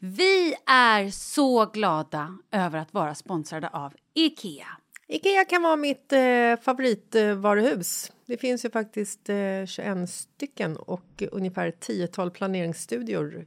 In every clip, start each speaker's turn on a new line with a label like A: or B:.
A: Vi är så glada över att vara sponsrade av Ikea.
B: Ikea kan vara mitt eh, favoritvaruhus. det finns ju faktiskt eh, 21 stycken och ungefär ett tiotal planeringsstudior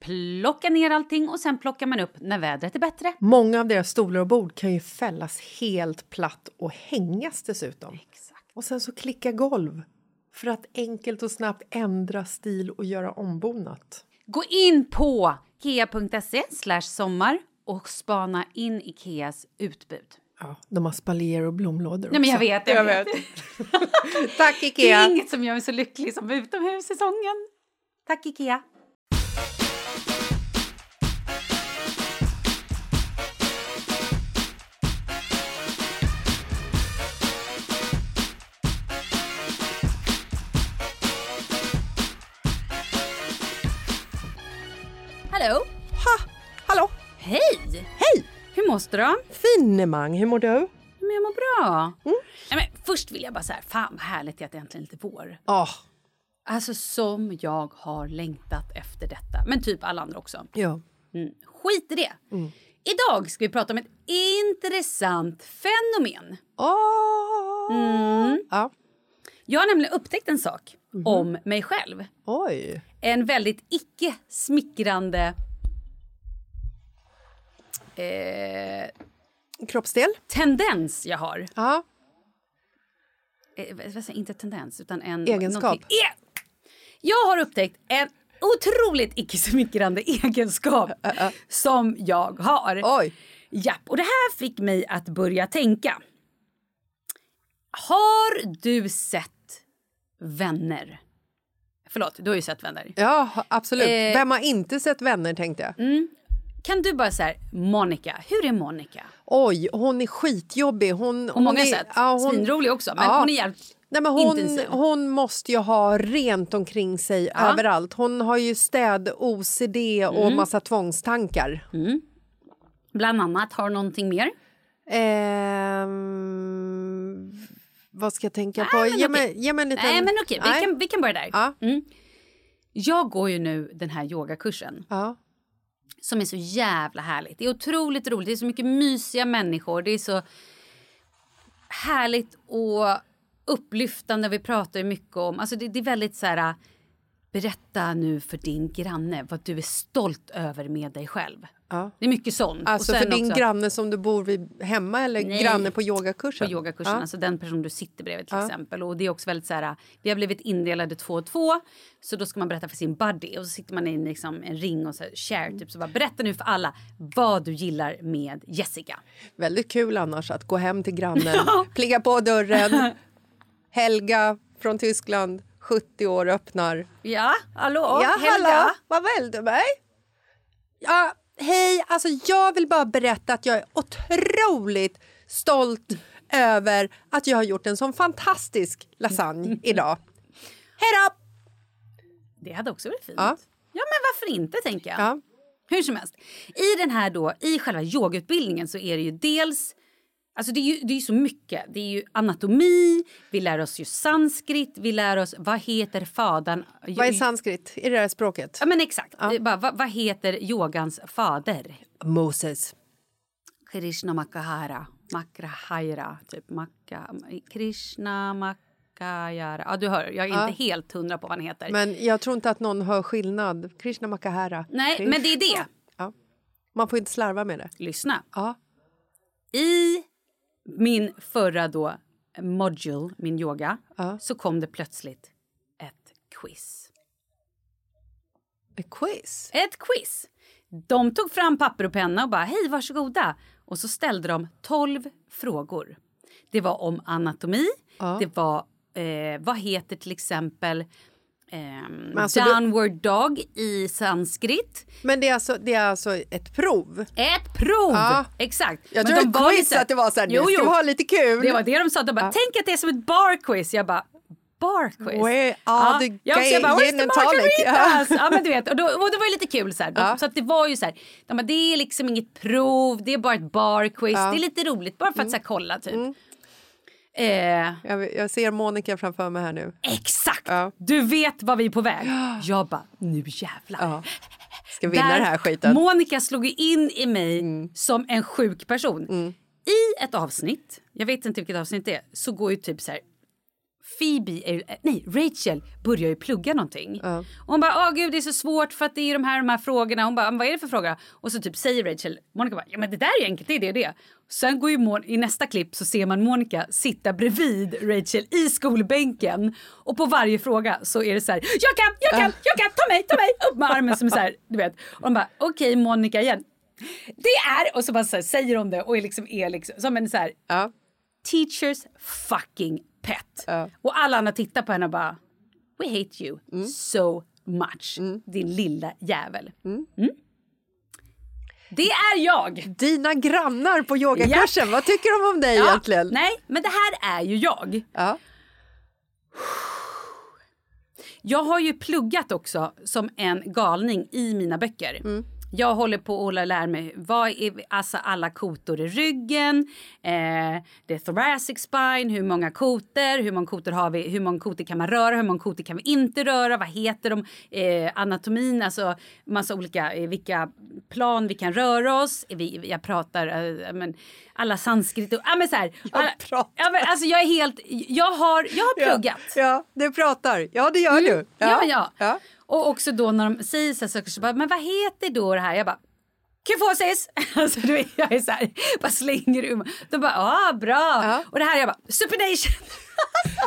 A: plocka ner allting och sen plockar man upp när vädret är bättre.
B: Många av deras stolar och bord kan ju fällas helt platt och hängas dessutom.
A: Exakt.
B: Och sen så klicka golv för att enkelt och snabbt ändra stil och göra ombonat.
A: Gå in på ikea.se slash sommar och spana in Ikeas utbud.
B: Ja, de har spaljer och blomlådor
A: Nej men jag
B: också.
A: vet, jag, vet.
B: Tack
A: Det
B: Ikea!
A: är inget som gör mig så lycklig som utomhussäsongen. Tack Ikea. Hallå!
B: Ha, hallå!
A: Hej! Hej! Hur mår du då?
B: Finemang, hur mår du?
A: Men jag mår bra. Nej, men först vill jag bara så här, fan vad härligt det är att det äntligen är lite vår.
B: Ja,
A: Alltså som jag har längtat efter detta. Men typ alla andra också.
B: ja.
A: Mm. Skit i det.
B: Mm.
A: Idag ska vi prata om ett intressant fenomen.
B: Åh! Ah.
A: Mm.
B: Ja.
A: Jag har nämligen upptäckt en sak
B: Mhm.
A: om mig själv.
B: Oj!
A: En väldigt icke smickrande eh,
B: Kroppsdel?
A: tendens jag har.
B: Ja.
A: eh, vad säger jag, inte tendens, utan en...
B: Egenskap.
A: någonting- E- Jag har upptäckt en otroligt icke-smickrande egenskap som jag har.
B: Oj!
A: Japp, och det här fick mig att börja tänka. Har du sett Vänner? Förlåt, du har ju sett Vänner.
B: Ja, absolut.
A: Eh.
B: Vem har inte sett Vänner, tänkte jag.
A: Kan du bara så här, Monica, hur är Monica?
B: Oj, hon är skitjobbig. Hon,
A: På många
B: är,
A: sätt.
B: ja, hon-
A: Svinrolig också, men
B: Ja.
A: hon är jävligt
B: Nej, men hon,
A: intensiv.
B: hon måste ju ha rent omkring sig överallt. Hon har ju städ-OCD och
A: Mm.
B: massa tvångstankar.
A: Bland annat, har någonting mer?
B: Ehm, vad ska jag tänka på?
A: Nej, men
B: ge,
A: okej.
B: mig, ge mig en liten...
A: Nej, men okej,
B: Nej.
A: vi kan, vi kan börja där.
B: Ja.
A: Mm. Jag går ju nu den här yogakursen
B: Ja.
A: som är så jävla härligt. Det är otroligt roligt, det är så mycket mysiga människor. Det är så härligt och upplyftande. Vi pratar ju mycket om... Alltså det, det är väldigt så här... Berätta nu för din granne vad du är stolt över med dig själv.
B: Ja.
A: Det är mycket sånt.
B: Alltså
A: Och
B: för
A: sen
B: din
A: också-
B: granne som du bor vid hemma eller
A: Nej.
B: granne på yogakursen?
A: på yogakursen,
B: Ja.
A: alltså den person du sitter bredvid till exempel. Och det är också väldigt så här, vi har blivit indelade två och två, så då ska man berätta för sin buddy och så sitter man i en, liksom, en ring och så här,
B: Mm.
A: share typ så bara berätta nu för alla vad du gillar med Jessica.
B: Väldigt kul annars att gå hem till grannen, plinga på dörren. Helga från Tyskland, 70 år, öppnar.
A: Ja, hallå,
B: ja,
A: Helga.
B: hallå, vad väl du mig? Ja, hej, alltså jag vill bara berätta att jag är otroligt stolt över att jag har gjort en sån fantastisk lasagne idag. Hej då!
A: Det hade också varit fint.
B: Ja.
A: ja men varför inte tänker jag.
B: Ja.
A: Hur som helst, i den här då, i själva yogautbildningen så är det ju dels Alltså det är ju det är ju så mycket. Det är ju anatomi, vi lär oss ju sanskrit, vi lär oss vad heter fadan...
B: Vad är sanskrit i det här språket?
A: Ja, men exakt. Det är Bara, vad, vad heter yogans fader?
B: Moses.
A: Krishna Makahara. Makrahaira, typ. Makka, Krishna Makahara. Ja, du hör, jag är inte helt hundra på vad han heter.
B: Men jag tror inte att någon hör skillnad. Krishna Makahara.
A: Nej,
B: Krish-
A: men det är det.
B: Ja. Man får inte slarva med det.
A: Lyssna.
B: Ja.
A: I min förra då module, min yoga, så kom det plötsligt ett quiz.
B: A quiz.
A: Ett quiz! De tog fram papper och penna och bara hej varsågoda. Och så ställde de 12 frågor. Det var om anatomi, det var eh, vad heter till exempel ehm,
B: alltså, du-
A: downward dog i sanskrit.
B: Men det är, alltså, det är alltså ett prov?
A: Ett prov!
B: Ja.
A: Exakt.
B: Jag
A: Men
B: tror
A: de
B: ett
A: var
B: quiz
A: lite-
B: att det var så här,
A: Jo,
B: nu ska
A: jo.
B: vi ha lite kul.
A: Det var det de sa. De bara, tänk att det är som ett barquiz. Jag bara, barquiz?
B: Where are the
A: jag, också, jag bara,
B: gay
A: where's the
B: gin and tonic? Ja.
A: margaritas? Ja. men du vet. Och, då, och det var ju lite kul så här. De,
B: Ja.
A: Så att det var ju så här, de bara, det är liksom inget prov, det är bara ett barquiz. Det är lite roligt, bara för
B: Mm.
A: att så här, kolla typ. Eh,
B: Jag, jag ser Monica framför mig här nu.
A: exakt!
B: Ja.
A: Du vet vad vi är på väg. Jag bara, nu jävlar.
B: Ja. Ska vinna
A: Där
B: den här skiten. Mm.
A: Monica slog ju in i mig som en sjuk person. I ett avsnitt, jag vet inte vilket avsnitt det är, så går ju typ så här... Phoebe, är, eh, nej Rachel börjar ju plugga någonting. Och hon bara, åh gud det är så svårt för att det är de här, de här frågorna. Hon bara, "Men vad är det för fråga? Och så typ säger Rachel, Monica bara, ja men det där är ju enkelt, det är det, det. Sen går ju Mon- i nästa klipp så ser man Monica sitta bredvid Rachel i skolbänken. Och på varje fråga så är det så här, jag kan, jag kan, jag kan, ta mig, ta mig, upp med armen som så här, du vet. Och de bara, okej Monica igen. Det är, och så bara så här, säger hon det och är liksom, är liksom som en så här
B: Ja.
A: teachers fucking pet.
B: Ja.
A: Och alla andra tittar på henne och bara We hate you so much. Din lilla jävel. Mm. Det är jag!
B: Dina grannar på yogakursen, vad tycker de om dig
A: Ja,
B: egentligen?
A: Nej, men det här är ju jag.
B: Ja.
A: Jag har ju pluggat också som en galning i mina böcker.
B: Mm.
A: Jag håller på att lära mig vad är alltså alla kotor i ryggen, eh, det är thoracic spine, hur många kotor, hur många kotor har vi, hur många kotor kan man röra, hur många kotor kan vi inte röra, vad heter de, eh, anatomin, alltså massa olika, eh, vilka plan vi kan röra oss, vi, jag pratar, eh, men, alla sanskrit och, ja men så här, alla,
B: pratar.
A: ja, men, alltså jag är helt, jag har, jag har pluggat. Mm.
B: Ja, du pratar. Ja, det gör du.
A: Ja, ja. Och också då när de säger så här saker så bara, men vad heter då det här? Jag bara, kyfosis! Alltså du vet, jag är så här, bara slänger ur mig. De bara, ah bra!
B: Ja.
A: Och det här, jag bara, supination!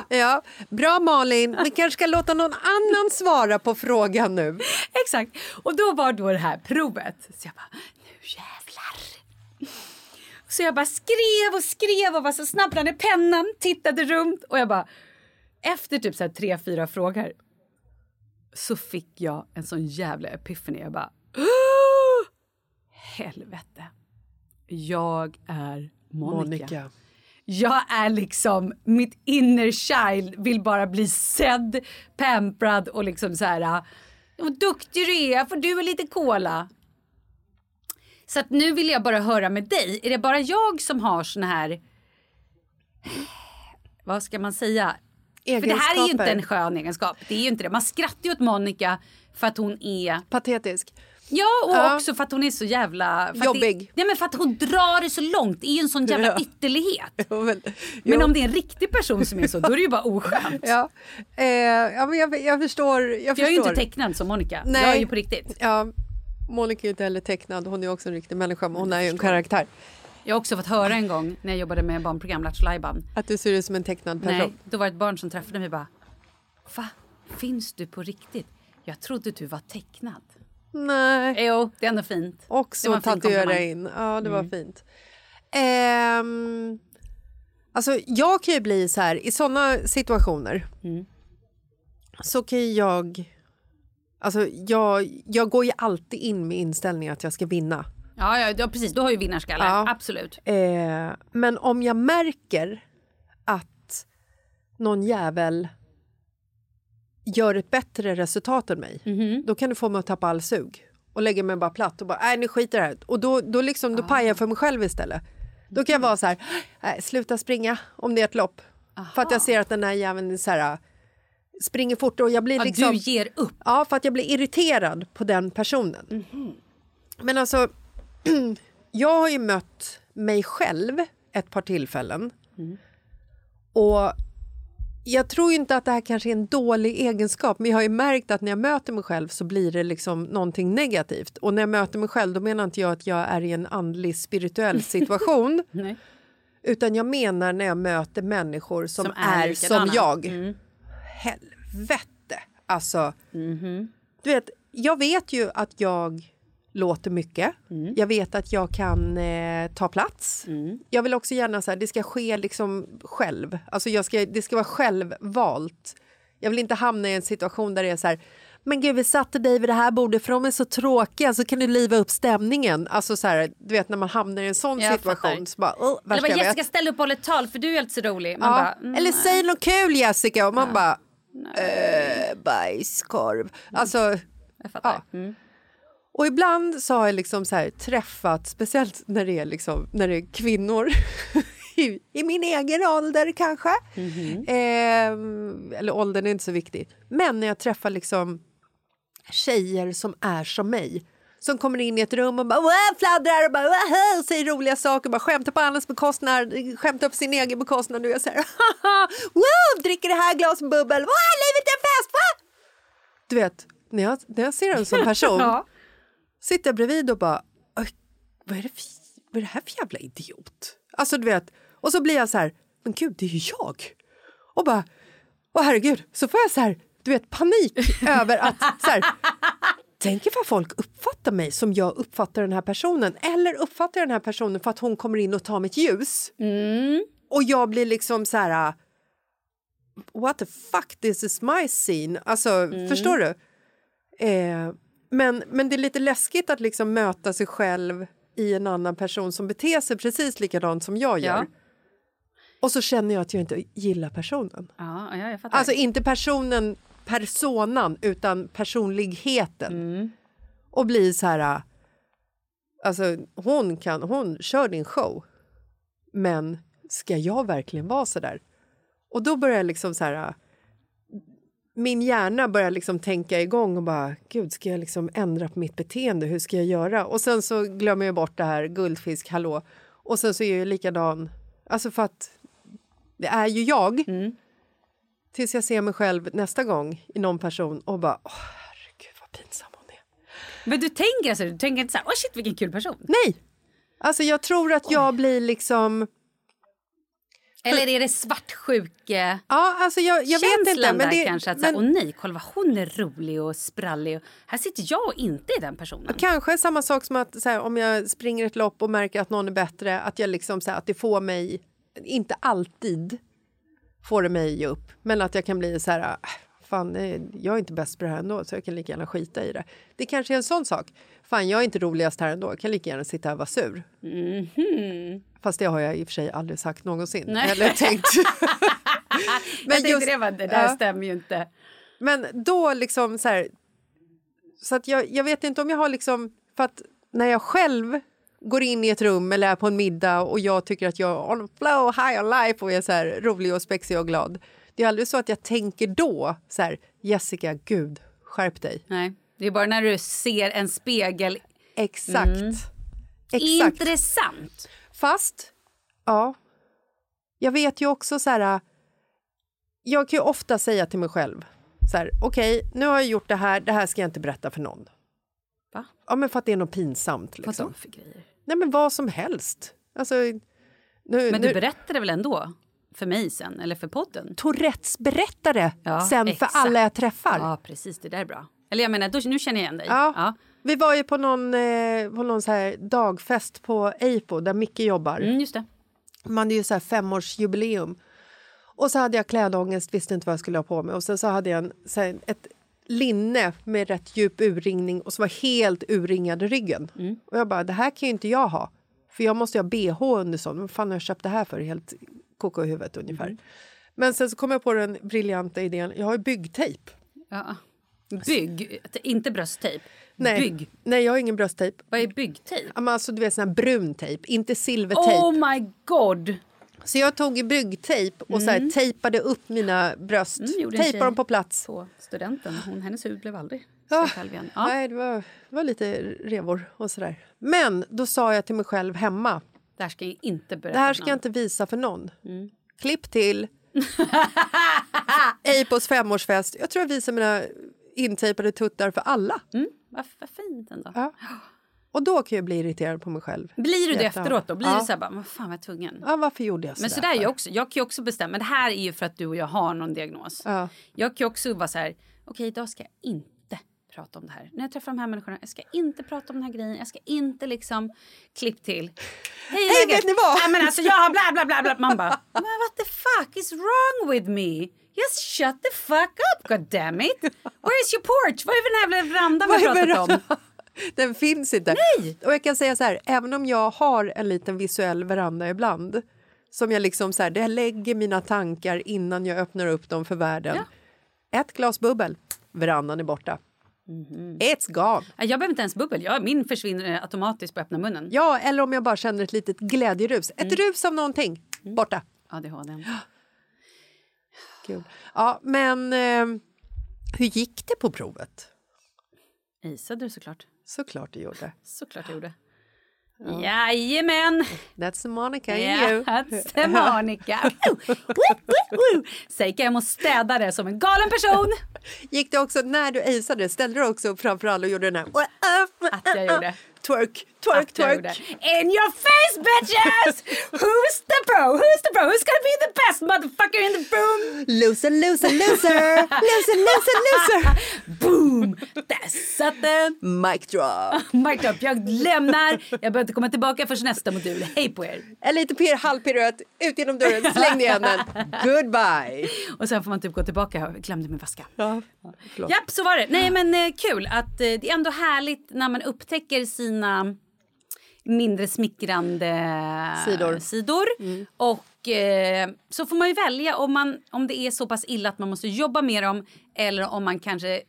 B: Ja. Bra, Malin. Vi kanske ska låta någon annan svara på frågan nu.
A: Exakt. Och då var då det här provet. Så jag bara, nu jävlar. Så jag bara skrev och skrev och var så snabb bland i pennan, tittade runt och jag bara, efter typ så här tre, fyra frågor så fick jag en sån jävla epiphany. Jag bara, "Åh! helvete. Jag är Monica. Jag är liksom, mitt inner child vill bara bli sedd, pamprad och liksom så här. Vad duktig du är, får du lite cola? Så att nu vill jag bara höra med dig. Är det bara jag som har såna här, vad ska man säga? För det här är ju inte en skön egenskap. Det är ju inte det. Man skrattar ju åt Monica för att hon är
B: Patetisk.
A: Ja, och
B: Ja.
A: också för att hon är så jävla... För att
B: Jobbig.
A: Det, nej, men för att hon drar det så långt. Det är ju en sån jävla ytterlighet.
B: Jo, men-
A: Men
B: jo.
A: om det är en riktig person som är så, då är det ju bara oskönt.
B: Ja, eh, ja men jag, jag förstår. Jag,
A: För jag är ju
B: förstår.
A: inte tecknad som Monica.
B: Nej.
A: Jag är ju på riktigt.
B: Ja, Monica är ju inte heller tecknad. Hon är också en riktig människa, men hon är ju en karaktär.
A: Jag har också fått höra en gång när jag jobbade med barnprogram, Lattjo Lajban.
B: Att du ser ut som en tecknad person.
A: Nej, då var det ett barn som träffade mig och bara Va? Finns du på riktigt? Jag trodde du var tecknad.
B: Nej.
A: Jo, det är ändå fint. Det var
B: Också
A: en fin
B: tatuera
A: komplimang. Mm.
B: in. Ja, det var fint. Ehm, alltså, jag kan ju bli så här, i såna situationer
A: Mm.
B: så kan ju jag... Alltså, jag, jag går ju alltid in med inställningen att jag ska vinna.
A: Ja, ja, ja precis. Du har ju vinnarskalle.
B: Ja.
A: Absolut.
B: Eh, men om jag märker att någon jävel gör ett bättre resultat än mig,
A: Mhm.
B: då kan du få mig att tappa all sug och lägga mig bara platt och bara, nej nu skiter jag i det här. Och då, då, liksom,
A: Ah.
B: då pajar jag för mig själv istället. Då kan jag vara så här, nej, sluta springa om det är ett lopp. För att jag ser att den här jäveln är så här, springer fort och jag blir
A: Ja,
B: liksom...
A: Du ger upp.
B: Ja, för att jag blir irriterad på den personen. Men alltså, jag har ju mött mig själv ett par tillfällen. Och jag tror ju inte att det här kanske är en dålig egenskap, men jag har ju märkt att när jag möter mig själv så blir det liksom någonting negativt. Och när jag möter mig själv, då menar inte jag att jag är i en andlig spirituell situation.
A: Nej.
B: Utan jag menar när jag möter människor som,
A: Som är
B: är,
A: likadana.
B: som jag. Helvete! Alltså, du vet, jag vet ju att jag låter mycket.
A: Mm.
B: Jag vet att jag kan eh, ta plats. Jag vill också gärna så här, det ska ske liksom själv. Alltså jag ska, det ska vara självvalt. Jag vill inte hamna i en situation där det är så här, men gud vi satte dig vid det här bordet för de är så tråkiga så kan du liva upp stämningen. Alltså så här, du vet när man hamnar i en sån
A: Jag
B: situation
A: fattar.
B: så bara, oh,
A: Eller bara, Jessica ställ upp och håll ett tal för du är alltid så rolig. Man
B: Ja.
A: bara, mm,
B: Eller säg något kul Jessica och man bara eh, bajskorv. Alltså,
A: jag fattar. Mm.
B: och ibland så har jag liksom så här träffat, speciellt när det är, liksom, när det är kvinnor i, i min egen ålder kanske. Ehm, eller åldern är inte så viktig. Men när jag träffar liksom tjejer som är som mig som kommer in i ett rum och bara "Wah", fladdrar och bara, "Wah", och säger roliga saker, bara skämtar på andras bekostnad, skämtar på sin egen bekostnad. Och jag säger wow, dricker det här glas bubbel, Wah, livet är en fest! Wah! Du vet, när jag, när jag ser en sån person
A: Ja.
B: sitter jag bredvid och bara... "Oj, Vad är, det för, vad är det här för jävla idiot? Alltså du vet, och så blir jag så här... Men gud, det är ju jag! Och bara... Åh herregud! Så får jag så här, du vet, panik över att... Så här, Tänk ifall folk uppfattar mig som jag uppfattar den här personen. Eller uppfattar jag den här personen för att hon kommer in och tar mitt ljus. Och jag blir liksom så här... What the fuck, this is my scene. Alltså, förstår du? Eh, men, men det är lite läskigt att liksom möta sig själv i en annan person som beter sig precis likadant som jag gör.
A: Ja.
B: Och så känner jag att jag inte gillar personen.
A: Ja, ja, jag fattar.
B: Alltså inte personen, personan, utan personligheten.
A: Mm.
B: Och bli så här... äh, Alltså, hon, kan, hon kör din show, men ska jag verkligen vara så där? Och då börjar jag liksom så här... äh, Min hjärna börjar liksom tänka igång och bara gud, ska jag liksom ändra på mitt beteende? Hur ska jag göra? Och sen så glömmer jag bort det här guldfisk, hallå. Och sen så är jag likadan, alltså för att det är ju jag. Tills jag ser mig själv nästa gång i någon person och bara åh herregud vad pinsam hon är.
A: Men du tänker, alltså, du tänker inte så här, åh shit vilken kul person.
B: Nej! Alltså jag tror att jag blir liksom...
A: Eller är det svartsjuke...
B: Ja, alltså jag, jag vet
A: känslan
B: inte. Men
A: där
B: det,
A: kanske. Att
B: men
A: så här, åh nej, kolla vad hon är rolig och sprallig. Och, här sitter jag och inte är den personen.
B: Kanske samma sak som att så här, om jag springer ett lopp och märker att någon är bättre, att, jag liksom, så här, att det får mig, inte alltid får det mig att ge upp, men att jag kan bli så här, "Ah, fan eh, jag är inte bäst på det här ändå så jag kan lika gärna skita i det. Det kanske är en sån sak, fan jag är inte roligast här ändå, jag kan lika gärna sitta här och vara sur. Fast det har jag i och för sig aldrig sagt någonsin,
A: Mhm. Nej.
B: eller tänkt.
A: Men jag tänkte
B: just-
A: det, var, det där
B: ja.
A: stämmer ju inte.
B: Men då liksom så här... Så att jag, jag vet inte om jag har liksom... För att när jag själv går in i ett rum eller är på en middag och jag tycker att jag är on flow, high on life och är så här rolig och spexig och glad. Det är aldrig så att jag tänker då så här Jessica, gud, skärp dig.
A: Nej. Det är bara när du ser en spegel.
B: Exakt. Exakt.
A: Intressant!
B: Fast, ja. Jag vet ju också så här... Jag kan ju ofta säga till mig själv så här, okej, nu har jag gjort det här, det här ska jag inte berätta för någon.
A: Va?
B: Ja, men för att det är något pinsamt. Liksom.
A: Vadå för grejer?
B: Nej, men vad som helst. Alltså, nu,
A: Men
B: nu-
A: du berättade väl ändå? För mig sen, eller för podden?
B: Tourettes berättare
A: Ja,
B: sen
A: exakt.
B: för alla jag träffar.
A: Ja, precis. Det där är bra. Eller jag menar, då, nu känner jag igen dig.
B: Ja. Vi var ju på någon, eh, på någon så här dagfest på Eipo där Micke jobbar.
A: Mm, just det.
B: Man är ju så här femårsjubileum. Och så hade jag klädångest, visste inte vad jag skulle ha på mig. Och sen så hade jag en, så här, ett linne med rätt djup urringning och så var helt urringad i ryggen. Och jag bara, det här kan ju inte jag ha. För jag måste ju ha bh under sån. Vad fan har jag köpt det här för? Helt koko i huvudet ungefär. Men sen så kom jag på den briljanta idén, jag har ju byggtejp.
A: Ja. Bygg, inte brösttejp.
B: Nej,
A: Bygg.
B: Nej, jag har ingen brösttejp.
A: Vad är byggtejp?
B: Ja, men Alltså, du vet, sån här brun tejp, inte silvertejp.
A: Oh my god!
B: Så jag tog byggtejp och så här, tejpade upp mina bröst.
A: Mm, gjorde en tjej.
B: tejpade dem på plats.
A: På studenten. Hon, hennes hud blev aldrig
B: Ja.
A: så själv igen. Ja,
B: Nej, det var, det var lite revor och sådär. Men då sa jag till mig själv hemma,
A: det här ska jag inte berätta.
B: det här
A: för
B: ska
A: någon.
B: jag inte visa för någon.
A: Mm.
B: Klipp till Eipos femårsfest. Jag tror jag visar mina intejpade tuttar för alla.
A: Mm, vad, vad fint ändå.
B: Ja. Och då kan jag bli irriterad på mig själv.
A: Blir du det
B: Jätte-
A: efteråt då? Blir
B: Ja.
A: du så här bara, vad fan var jag tvungen?
B: Ja, varför gjorde jag
A: Men
B: sådär?
A: så där är jag också. Jag kan ju också bestämma. Men det här är ju för att du och jag har någon diagnos.
B: Ja.
A: Jag kan ju också vara så här, okej idag ska jag inte prata om det här. När jag träffar de här människorna, jag ska inte prata om den här grejen. Jag ska inte liksom, klipp till. Hej,
B: Hej,
A: läget?
B: vet ni vad?
A: Nej men alltså jag har bla bla bla bla. Man bara, men what the fuck is wrong with me? Just shut the fuck up god damn it. Where is your porch? Vad är den här jävla verandan vi har
B: Vad är
A: pratat om?
B: veranda? Den finns inte. Nej! Och jag kan säga så här, även om jag har en liten visuell veranda ibland som jag liksom så här, där jag lägger mina tankar innan jag öppnar upp dem för världen. Ett glas bubbel, verandan är borta.
A: Mhm.
B: It's gone!
A: Nej, Jag behöver inte ens bubbel. Jag, min försvinner eh, automatiskt på att öppna munnen.
B: Ja, eller om jag bara känner ett litet glädjerus.
A: Mm.
B: Ett rus av någonting, borta.
A: ADHD.
B: Kul. Ja, men eh, hur gick det på provet?
A: Isade du såklart.
B: Såklart det gjorde.
A: Såklart jag gjorde. Jajamän!
B: That's Monica in
A: Ja,
B: you.
A: that's the Monica. Woo, woo, woo, woo. Seika hem och städade som en galen person.
B: Gick det också när du aceade? Ställde du också upp framför alla och gjorde den här?
A: Att jag gjorde.
B: Twerk, twerk,
A: Att jag gjorde.
B: twerk.
A: In your face bitches! Who's the pro? Who's the pro? Who's gonna be the best motherfucker in the room?
B: Loser, loser, loser! Loser, loser, loser!
A: Boom! Där satt den!
B: Mic drop.
A: Mic drop. Jag lämnar. Jag behöver inte komma tillbaka förrän nästa modul. Hej på er!
B: En liten pir, halv piruett, ut genom dörren, släng ner den. Goodbye!
A: Och sen får man typ gå tillbaka. Jag glömde min väska.
B: Ja, förlåt.
A: Japp, så var det. Nej, men eh, kul att eh, det är ändå härligt när man upptäcker sina mindre smickrande
B: Sidor. Mm.
A: sidor. Och eh, så får man ju välja om, man, om det är så pass illa att man måste jobba med dem eller om man kanske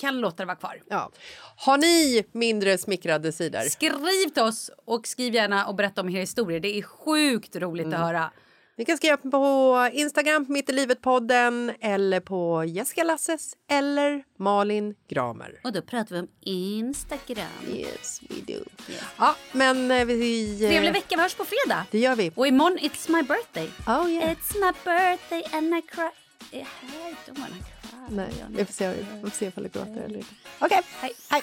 A: kan låta det vara kvar.
B: Ja. Har ni mindre smickrade sidor?
A: Skriv till oss och skriv gärna och berätta om era historier. Det är sjukt roligt
B: Mm.
A: att höra.
B: Ni kan skriva på Instagram, på Mitt i livet-podden eller på Jessica Lasses eller Malin Gramer.
A: Och då pratar vi om Instagram.
B: Yes, we do. Ja, men eh, vi... eh,
A: Trevlig vecka, vi hörs på fredag.
B: Det gör vi.
A: Och imorgon, it's my birthday.
B: Oh, yeah.
A: It's my birthday and I cry. I don't wanna cry.
B: Nej, vi får se, vi får se ifall du gråter eller inte. Okej, hej.